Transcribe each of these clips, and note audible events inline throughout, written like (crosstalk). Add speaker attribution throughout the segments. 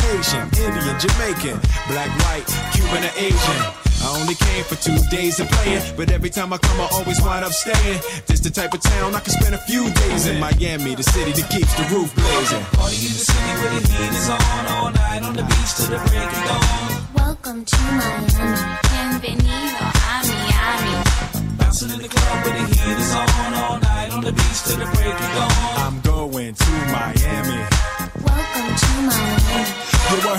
Speaker 1: Haitian, Indian, Jamaican, black, white, Cuban, or Asian. I only came for two days of playing, but every time I come, I always wind up staying. This the type of town I can spend a few days in Miami, the city that keeps the roof blazing.
Speaker 2: Party in the city where the heat is on all night on the beach till the break of dawn.
Speaker 3: Welcome to Miami. Bienvenido a Miami.
Speaker 2: Bouncing in the club where the heat is on all night on the beach till the break of dawn.
Speaker 1: I'm going to Miami.
Speaker 3: Welcome to Miami.
Speaker 1: Yo, I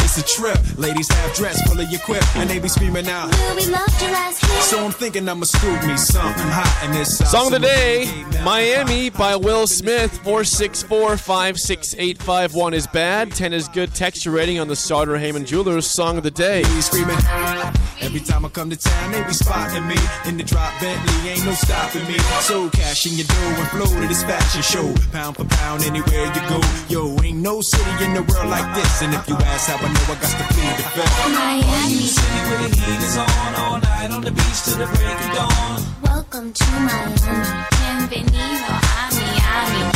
Speaker 1: It's a trip. Ladies half dressed, full of your quip, and they be screaming out.
Speaker 3: Will we love to last here?
Speaker 1: So I'm thinking I'ma scoop me something hot in this
Speaker 4: Song of the day, Miami by Will Smith. 464 56851 is bad. 10 is good. Texture rating on the Sauter Heyman Jewelers Song of the Day.
Speaker 1: They screaming. Every time I come to town, they be spotting me. In the drop Bentley, ain't no stopping me. So cash in your dough and flow to this fashion show. Pound for pound, anywhere you go. Yo, ain't no city in the world like this. And if you ask how I know, I got to plead the fifth.
Speaker 3: Miami.
Speaker 2: City where the heat is on all night on the beach till the break of dawn.
Speaker 3: Welcome to Miami. Bienvenido a Miami.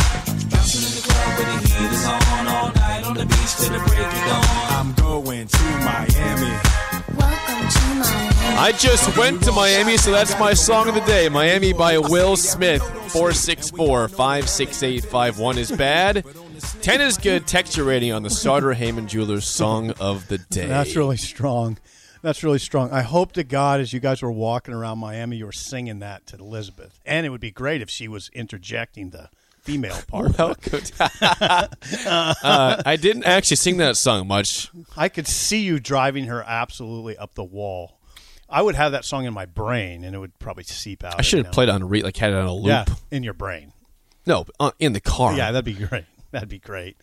Speaker 2: Bouncing in the club where the heat is on all night on the beach till the break of dawn.
Speaker 1: I'm going to Miami.
Speaker 3: Welcome to Miami.
Speaker 4: I just went to Miami, so that's my song of the day. Miami by Will Smith. 464 56851 is bad. 10 is good. Texture rating on the Sauter Heyman Jewelers Song of the Day.
Speaker 5: That's really strong. That's really strong. I hope to God, as you guys were walking around Miami, you were singing that to Elizabeth. And it would be great if she was interjecting the female
Speaker 4: (laughs)
Speaker 5: part.
Speaker 4: Well, good. uh, I didn't actually sing that song much.
Speaker 5: I could see you driving her absolutely up the wall. I would have that song in my brain, and it would probably seep out.
Speaker 4: I should
Speaker 5: every
Speaker 4: have
Speaker 5: now
Speaker 4: played it on re- like had it on a loop.
Speaker 5: and- Yeah, in your brain.
Speaker 4: No, uh, in the car.
Speaker 5: Yeah, that'd be great. That'd be great.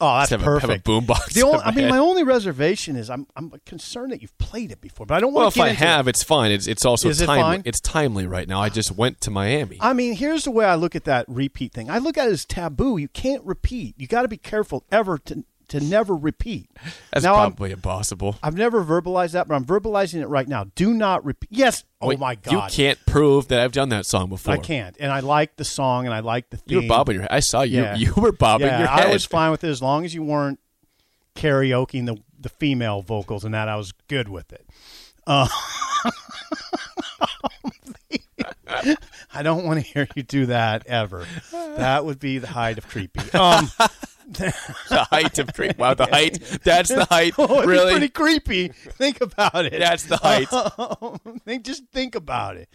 Speaker 5: Oh, that's
Speaker 4: Just have a- have a
Speaker 5: perfect.
Speaker 4: boombox
Speaker 5: The
Speaker 4: in
Speaker 5: only,
Speaker 4: my
Speaker 5: I mean,
Speaker 4: head.
Speaker 5: my only reservation is I'm I'm concerned that you've played it before, but I don't
Speaker 4: Well,
Speaker 5: want
Speaker 4: if
Speaker 5: to. get
Speaker 4: I
Speaker 5: into it.
Speaker 4: have, it's fine. It's it's also
Speaker 5: Is it
Speaker 4: timely.
Speaker 5: fine?
Speaker 4: It's timely right now. I just went to Miami.
Speaker 5: I mean, here's the way I look at that repeat thing. I look at it as taboo. You can't repeat. You got to be careful ever to to never repeat.
Speaker 4: That's
Speaker 5: now I'm,
Speaker 4: probably impossible.
Speaker 5: I've never verbalized that, but I'm verbalizing it right now. Do not repeat. Yes. Oh
Speaker 4: Wait,
Speaker 5: my God.
Speaker 4: You can't prove that I've done that song before.
Speaker 5: I can't. And I like the song and I like the
Speaker 4: You
Speaker 5: theme.
Speaker 4: were bobbing your. head. I saw you.
Speaker 5: Yeah.
Speaker 4: You were bobbing
Speaker 5: yeah,
Speaker 4: your head.
Speaker 5: I was fine with it as long as you weren't karaokeing the the female vocals and that I was good with it. Uh, (laughs) I don't want to hear you do that ever. That would be the height of creepy. Um, (laughs)
Speaker 4: the (laughs) height of creep. Wow, the height. That's the height.
Speaker 5: (laughs) oh, it'd be
Speaker 4: really.
Speaker 5: pretty creepy. Think about it. Um,
Speaker 4: That's the height.
Speaker 5: (laughs) think just think about it.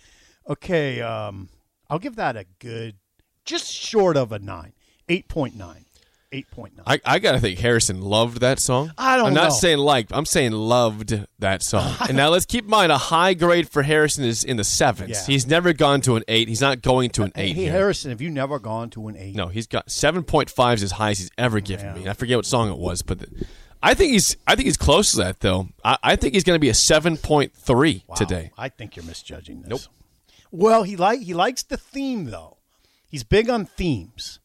Speaker 5: Okay, um, I'll give that a good, just short of a nine, eight point nine, eight point nine.
Speaker 4: I, I gotta think Harrison loved that song.
Speaker 5: I don't
Speaker 4: I'm not
Speaker 5: know.
Speaker 4: saying liked. I'm saying loved that
Speaker 5: (laughs)
Speaker 4: song. and now let's keep in mind a high grade for Harrison is in the sevens.
Speaker 5: Yeah.
Speaker 4: He's never gone to an eight. He's not going to an eight
Speaker 5: Hey
Speaker 4: here.
Speaker 5: Harrison, have you never gone to an eight?
Speaker 4: No, he's got seven point five is as high as he's ever given me. And I forget what song it was, but the- I think he's I think he's close to that though. I, I think he's going to be a seven point three
Speaker 5: Wow,
Speaker 4: today.
Speaker 5: I think you're misjudging this.
Speaker 4: Nope.
Speaker 5: Well, he like he likes the theme though. He's big on themes,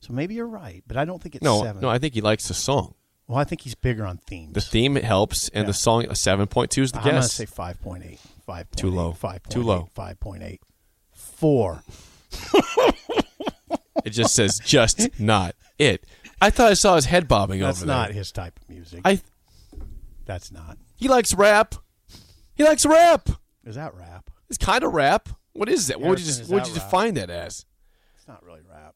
Speaker 5: so maybe you're right. But I don't think it's
Speaker 4: No,
Speaker 5: seven.
Speaker 4: no, I think he likes the song.
Speaker 5: well, I think he's bigger on themes.
Speaker 4: The theme helps, and the song seven point two is the
Speaker 5: I'm gonna
Speaker 4: guess.
Speaker 5: say 5.8. 5.8
Speaker 4: Too low.
Speaker 5: 5.8,
Speaker 4: Too low.
Speaker 5: 5.8. Four.
Speaker 4: it just says
Speaker 5: (laughs)
Speaker 4: just not it. I thought I saw his head bobbing
Speaker 5: That's
Speaker 4: over there.
Speaker 5: not his type of music.
Speaker 4: I
Speaker 5: That's not.
Speaker 4: he likes rap. He likes rap.
Speaker 5: Is that rap?
Speaker 4: It's kind of rap. What is that? What would you just,
Speaker 5: Harrison, is
Speaker 4: what would
Speaker 5: that
Speaker 4: you
Speaker 5: rap?
Speaker 4: define that as?
Speaker 5: It's not really rap.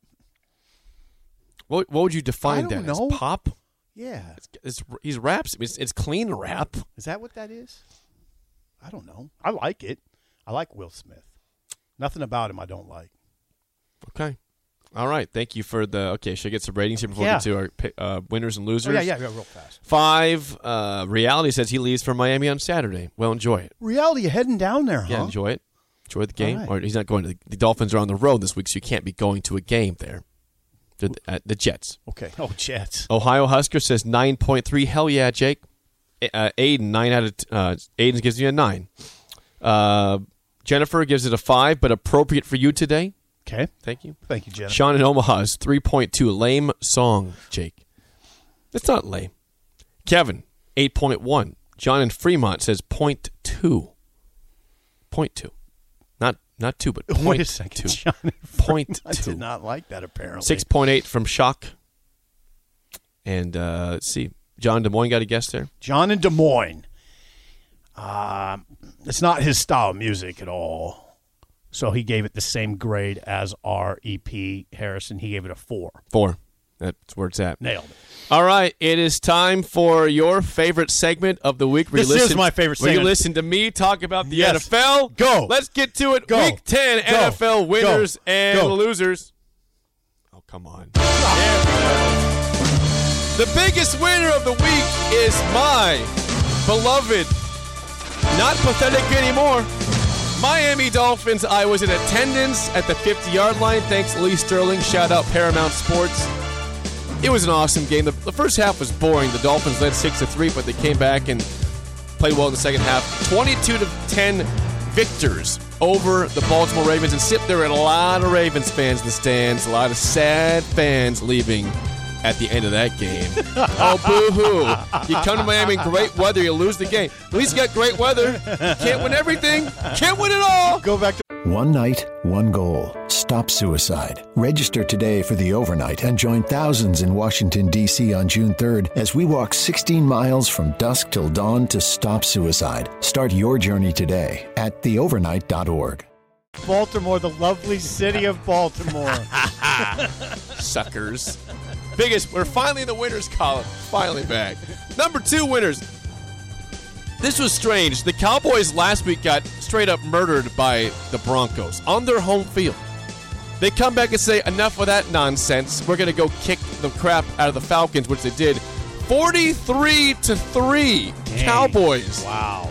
Speaker 4: What, what would you define
Speaker 5: don't
Speaker 4: that
Speaker 5: know.
Speaker 4: as? Pop.
Speaker 5: Yeah.
Speaker 4: It's, he's raps. It's, it's clean rap.
Speaker 5: Is that what that is? I don't know. I like it. I like Will Smith. Nothing about him I don't like.
Speaker 4: Okay. All right. Thank you for the. Okay, should I get some ratings here before
Speaker 5: Yeah.
Speaker 4: we get to our pi- uh, winners and
Speaker 5: Oh,
Speaker 4: losers?
Speaker 5: yeah, yeah, yeah, real fast.
Speaker 4: Five. Uh, reality says he leaves for Miami on Saturday. Well, enjoy it.
Speaker 5: Reality, you're heading down there, huh?
Speaker 4: Yeah, enjoy it. Enjoy the game.
Speaker 5: right.
Speaker 4: Or he's not going to the, the Dolphins are on the road this week, so you can't be going to a game there. The, uh, the Jets.
Speaker 5: Okay. Oh, Jets.
Speaker 4: Ohio Husker says 9.3. Hell yeah, Jake. A- Uh, Aiden, 9 out of t- uh, Aiden gives you a 9. Uh, Jennifer gives it a 5, but appropriate for you today.
Speaker 5: Okay.
Speaker 4: Thank you.
Speaker 5: Thank you, Jennifer.
Speaker 4: Sean in Omaha is 3.2. Lame song, Jake. It's not lame. Kevin, 8.1. John in Fremont says 0.2. 0.2. Not, not 2, but point
Speaker 5: (laughs) Wait a second,
Speaker 4: two.
Speaker 5: John.
Speaker 4: Point
Speaker 5: (laughs) I
Speaker 4: two.
Speaker 5: did not like that. Apparently,
Speaker 4: Six point eight from Shock. And uh, let's see, John Des Moines got a guess there.
Speaker 5: John in Des Moines. Um, it's not his style of music at all. So he gave it the same grade as our EP Harrison. He gave it a four.
Speaker 4: Four. That's where it's at.
Speaker 5: Nailed it.
Speaker 4: All right, it is time for your favorite segment of the week. Where you
Speaker 5: This is
Speaker 4: listen-
Speaker 5: my favorite
Speaker 4: where You
Speaker 5: segment.
Speaker 4: listen to me talk about the
Speaker 5: Yes.
Speaker 4: NFL.
Speaker 5: Go.
Speaker 4: Let's get to it.
Speaker 5: Go.
Speaker 4: Week ten
Speaker 5: Go.
Speaker 4: NFL winners
Speaker 5: Go.
Speaker 4: and
Speaker 5: Go.
Speaker 4: losers. Oh come on. The biggest winner of the week is my beloved, not pathetic anymore, Miami Dolphins. I was in attendance at the 50 yard line. Thanks, Lee Sterling. Shout out Paramount Sports. It was an awesome game. The, the first half was boring. The Dolphins led 6 to 3, but they came back and played well in the second half. 22 to 10 victors over the Baltimore Ravens. And sit there were a lot of Ravens fans in the stands, a lot of sad fans leaving at the end of that game. oh, boo hoo. You come to Miami in great weather, you lose the game. At least you got great weather. Can't win everything, can't win it all.
Speaker 5: Go back to
Speaker 6: One night, one goal. Stop suicide. Register today for the overnight and join thousands in Washington, D.C. on June 3rd as we walk 16 miles from dusk till dawn to stop suicide. Start your journey today at theovernight.org.
Speaker 5: Baltimore, the lovely city of Baltimore.
Speaker 4: suckers. Biggest, we're finally in the winners column. Finally back. Number two winners. This was strange. The Cowboys last week got straight up murdered by the Broncos on their home field. They come back and say, enough of that nonsense. We're going to go kick the crap out of the Falcons, which they did. 43 to 3. (laughs) Cowboys.
Speaker 5: wow.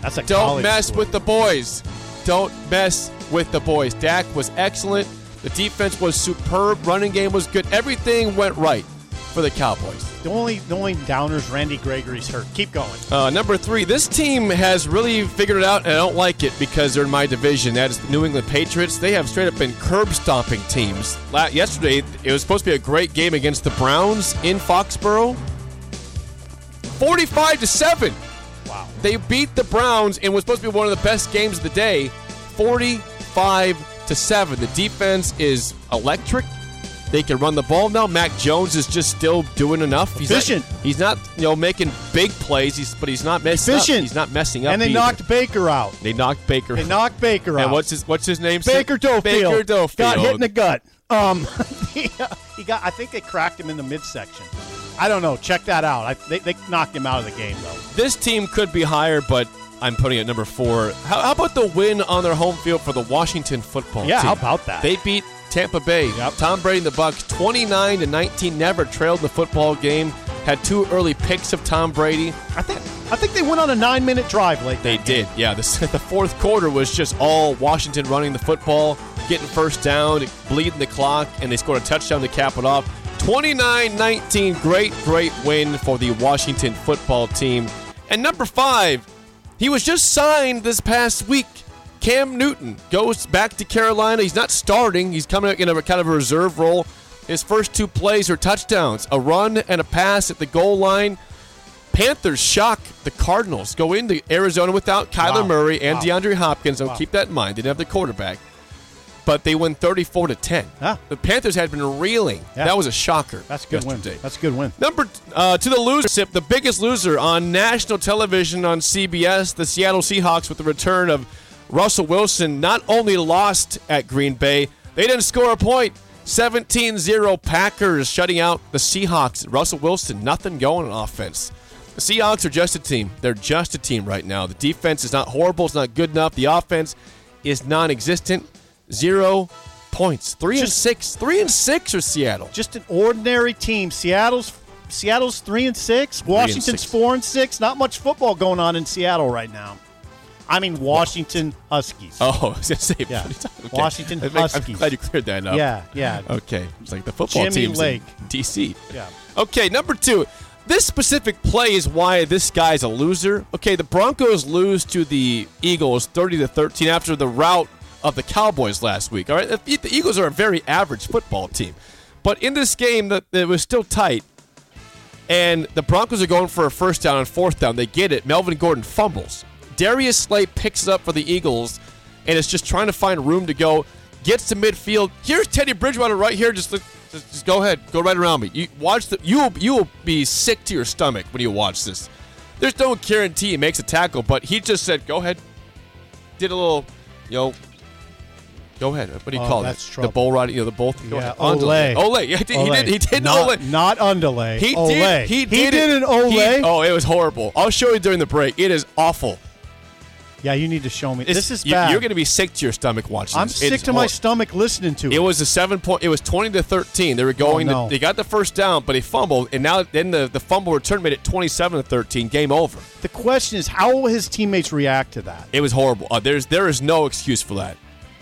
Speaker 5: That's a
Speaker 4: Don't
Speaker 5: college
Speaker 4: mess
Speaker 5: score.
Speaker 4: with the boys. Don't mess with the boys. Dak was excellent. The defense was superb. Running game was good. Everything went right for the Cowboys.
Speaker 5: the only the only downers. Randy Gregory's hurt. Keep going.
Speaker 4: Uh, number three, this team has really figured it out, and I don't like it because they're in my division. That is the New England Patriots. They have straight up been curb stomping teams. La- yesterday, it was supposed to be a great game against the Browns in Foxborough. 45 to 7. Wow. They beat the Browns and was supposed to be one of the best games of the day. 45 to 7. The defense is electric. They can run the ball now. Mac Jones is just still doing enough. He's
Speaker 5: Efficient.
Speaker 4: Not, he's not, you know, making big plays. He's but he's not messing
Speaker 5: Efficient.
Speaker 4: up. He's not messing up.
Speaker 5: and they
Speaker 4: either.
Speaker 5: knocked Baker out.
Speaker 4: They knocked Baker.
Speaker 5: They knocked Baker out.
Speaker 4: And what's his what's his name?
Speaker 5: Baker Dofield.
Speaker 4: Baker Dofield.
Speaker 5: got hit in the gut. (laughs) Um, he, he got. I think they cracked him in the midsection. I don't know. Check that out. I, they, they knocked him out of the game though.
Speaker 4: this team could be higher, but I'm putting it number four. How, how about the win on their home field for the Washington football
Speaker 5: Yeah,
Speaker 4: team?
Speaker 5: how about that?
Speaker 4: They beat Tampa Bay.
Speaker 5: Yep.
Speaker 4: Tom Brady and the Bucks, 29 to 19, never trailed the football game. Had two early picks of Tom Brady.
Speaker 5: I think. I think they went on a nine-minute drive late.
Speaker 4: They did, yeah. The, (laughs) the fourth quarter was just all Washington running the football, getting first down, bleeding the clock, and they scored a touchdown to cap it off. 29 19, great, great win for the Washington football team. And number five, he was just signed this past week. Cam Newton goes back to Carolina. He's not starting, he's coming in a kind of a reserve role. His first two plays are touchdowns a run and a pass at the goal line. Panthers shock the Cardinals. Go into Arizona without Kyler
Speaker 5: Wow.
Speaker 4: Murray and
Speaker 5: Wow.
Speaker 4: DeAndre Hopkins. Don't keep that in mind. Didn't have their quarterback, but they win 34 to 10.
Speaker 5: Yeah.
Speaker 4: The Panthers had been reeling.
Speaker 5: Yeah.
Speaker 4: That was a shocker.
Speaker 5: That's a good
Speaker 4: yesterday.
Speaker 5: win. That's a good win.
Speaker 4: Number uh, to the loser, sip, the biggest loser on national television on CBS, the Seattle Seahawks with the return of Russell Wilson not only lost at Green Bay, they didn't score a point. 17-0 Packers shutting out the Seahawks. Russell Wilson, nothing going on offense. The Seahawks are just a team. They're just a team right now. The defense is not horrible. It's not good enough. The offense is non-existent. Zero points. Three and
Speaker 5: Just-
Speaker 4: six. Three and six are Seattle.
Speaker 5: Just an ordinary team. Seattle's Seattle's three and six. Washington's
Speaker 4: six.
Speaker 5: four and six. Not much football going on in Seattle right now. I mean Washington Huskies.
Speaker 4: Oh, (laughs) I was gonna say,
Speaker 5: Yeah.
Speaker 4: what are you talking-
Speaker 5: Washington
Speaker 4: I'm- I'm
Speaker 5: Huskies.
Speaker 4: glad you cleared that up.
Speaker 5: Yeah, yeah.
Speaker 4: Okay. It's like the football
Speaker 5: Jimmy
Speaker 4: team's in
Speaker 5: Lake.
Speaker 4: DC.
Speaker 5: Yeah.
Speaker 4: Okay, number two. This specific play is why this guy's a loser. Okay, the Broncos lose to the Eagles 30 to 13 after the rout of the Cowboys last week. All right, the the Eagles are a very average football team, but in this game, that it was still tight. And the Broncos are going for a first down and fourth down. They get it. Melvin Gordon fumbles. Darius Slate picks it up for the Eagles and is just trying to find room to go. Gets to midfield. Here's Teddy Bridgewater right here. Just look. Just, just go ahead. Go right around me. You watch the. You will. You will be sick to your stomach when you watch this. There's no guarantee he makes a tackle, but he just said, "Go ahead." Did a little, you know. Go ahead. What do you
Speaker 5: Oh,
Speaker 4: call
Speaker 5: that's
Speaker 4: that? The
Speaker 5: trouble.
Speaker 4: bull riding. You know the bull. thing? Go
Speaker 5: Yeah,
Speaker 4: ahead.
Speaker 5: Olay.
Speaker 4: Olay. Yeah, He did. He
Speaker 5: Olay.
Speaker 4: did. He did an
Speaker 5: not,
Speaker 4: Olay.
Speaker 5: not underlay.
Speaker 4: He
Speaker 5: Olay.
Speaker 4: did. He did,
Speaker 5: did
Speaker 4: it.
Speaker 5: an Olay.
Speaker 4: He- oh, it was horrible. I'll show you during the break. It is awful.
Speaker 5: Yeah, you need to show me.
Speaker 4: It's-
Speaker 5: this is
Speaker 4: oh, you-
Speaker 5: bad.
Speaker 4: You're going to be sick to your stomach watching.
Speaker 5: I'm
Speaker 4: this.
Speaker 5: sick
Speaker 4: It's
Speaker 5: to my
Speaker 4: hor-
Speaker 5: stomach listening to it.
Speaker 4: It was a seven point. It was twenty to thirteen. They were going.
Speaker 5: Oh, no.
Speaker 4: to, they got the first down, but he fumbled, and now then the, the fumble return made it twenty seven to thirteen. Game over.
Speaker 5: the question is, how will his teammates react to that?
Speaker 4: It was horrible. Uh, there's there is no excuse for that.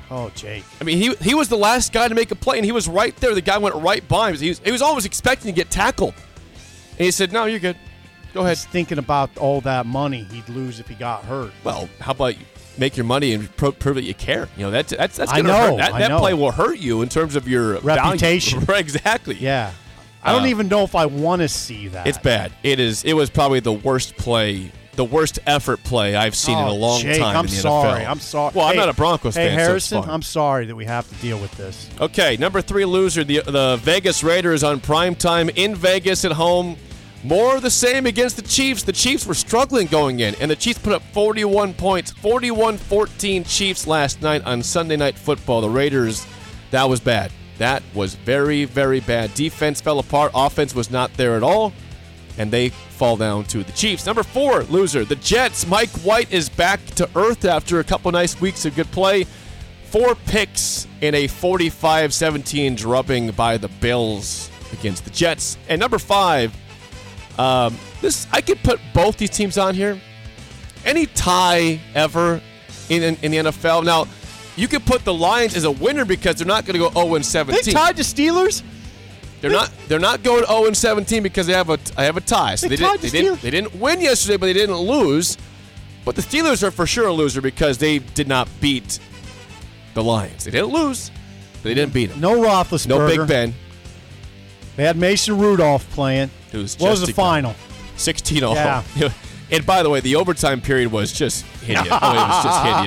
Speaker 5: Oh, Jake.
Speaker 4: I mean, he he was the last guy to make a play, and he was right there. The guy went right by him. He was, he was almost expecting to get tackled, and he said, "No, you're good. Go ahead."
Speaker 5: He's thinking about all that money he'd lose if he got hurt.
Speaker 4: Well, how about you make your money and pro- prove that you care? You know, that's that's that's
Speaker 5: I
Speaker 4: gonna
Speaker 5: know,
Speaker 4: hurt. That,
Speaker 5: I
Speaker 4: that
Speaker 5: know.
Speaker 4: play will hurt you in terms of your value.
Speaker 5: Reputation.
Speaker 4: (laughs) Right, exactly.
Speaker 5: Yeah. I don't
Speaker 4: Uh,
Speaker 5: even know if I want to see that.
Speaker 4: It's bad. It is. It was probably the worst play, the worst effort play I've seen in
Speaker 5: Oh,
Speaker 4: a long
Speaker 5: Jake,
Speaker 4: time.
Speaker 5: I'm
Speaker 4: in the
Speaker 5: sorry.
Speaker 4: NFL.
Speaker 5: I'm sorry.
Speaker 4: Well, I'm
Speaker 5: Hey-
Speaker 4: not a Broncos fan.
Speaker 5: hey,
Speaker 4: so it's
Speaker 5: Harrison,
Speaker 4: fine.
Speaker 5: I'm sorry that we have to deal with this.
Speaker 4: Okay, number three loser, the the Vegas Raiders on primetime in Vegas at home. More of the same against the Chiefs. The Chiefs were struggling going in, and the Chiefs put up 41 points, 41 14 Chiefs last night on Sunday Night Football. The Raiders, that was bad. That was very, very bad. Defense fell apart, offense was not there at all, and they fall down to the Chiefs. Number four loser, the Jets. Mike White is back to earth after a couple nice weeks of good play four picks in a 45 17 drubbing by the Bills against the Jets. And number five, um, this I could put both these teams on here. Any tie ever in, in, in the NFL. Now, you could put the Lions as a winner because they're not going to go 0
Speaker 5: They
Speaker 4: 17.
Speaker 5: tied the Steelers?
Speaker 4: They're not. They're not going 0 and 17 because they have a. I have a tie. So
Speaker 5: They
Speaker 4: they, didn't.
Speaker 5: tied the
Speaker 4: They didn't,
Speaker 5: Steelers.
Speaker 4: they didn't win yesterday, but they didn't lose. But the Steelers are for sure a loser because they did not beat the Lions. They didn't lose. but They didn't beat them.
Speaker 5: No Roethlisberger.
Speaker 4: No Big Ben.
Speaker 5: They had Mason Rudolph playing.
Speaker 4: It was
Speaker 5: what was
Speaker 4: just
Speaker 5: the
Speaker 4: a-
Speaker 5: final?
Speaker 4: 16 all.
Speaker 5: Yeah.
Speaker 4: (laughs) And by the way, the overtime period was just hideous. oh, it was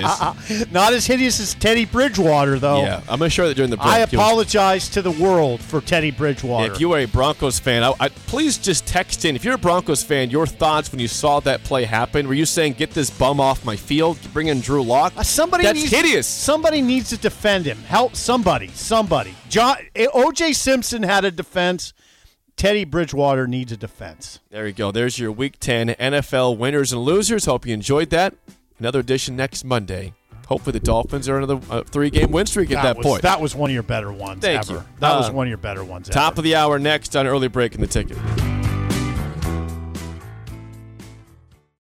Speaker 4: just
Speaker 5: (laughs)
Speaker 4: hideous.
Speaker 5: Not as hideous as Teddy Bridgewater, though.
Speaker 4: Yeah, I'm sure that during the break.
Speaker 5: Oh. I
Speaker 4: you was-
Speaker 5: apologize to the world for Teddy Bridgewater.
Speaker 4: If you are a Broncos fan, I, I, please just text in. If you're a Broncos fan, your thoughts when you saw that play happen. Were you saying, get this bum off my field, bring in Drew Lock?
Speaker 5: Uh, somebody
Speaker 4: That's
Speaker 5: needs,
Speaker 4: hideous.
Speaker 5: Somebody needs to defend him. Help somebody. Somebody. John eh, O.J. Simpson had a defense. Teddy Bridgewater needs a defense.
Speaker 4: There you go. There's your Week 10 NFL winners and losers. Hope you enjoyed that. Another edition next Monday. Hopefully the Dolphins are another uh, three-game win streak at that,
Speaker 5: was,
Speaker 4: point.
Speaker 5: That was one of your better ones
Speaker 4: Thank
Speaker 5: ever.
Speaker 4: you.
Speaker 5: That was
Speaker 4: Uh,
Speaker 5: one of your better ones.
Speaker 4: Top
Speaker 5: ever.
Speaker 4: of the hour next on early break in the ticket.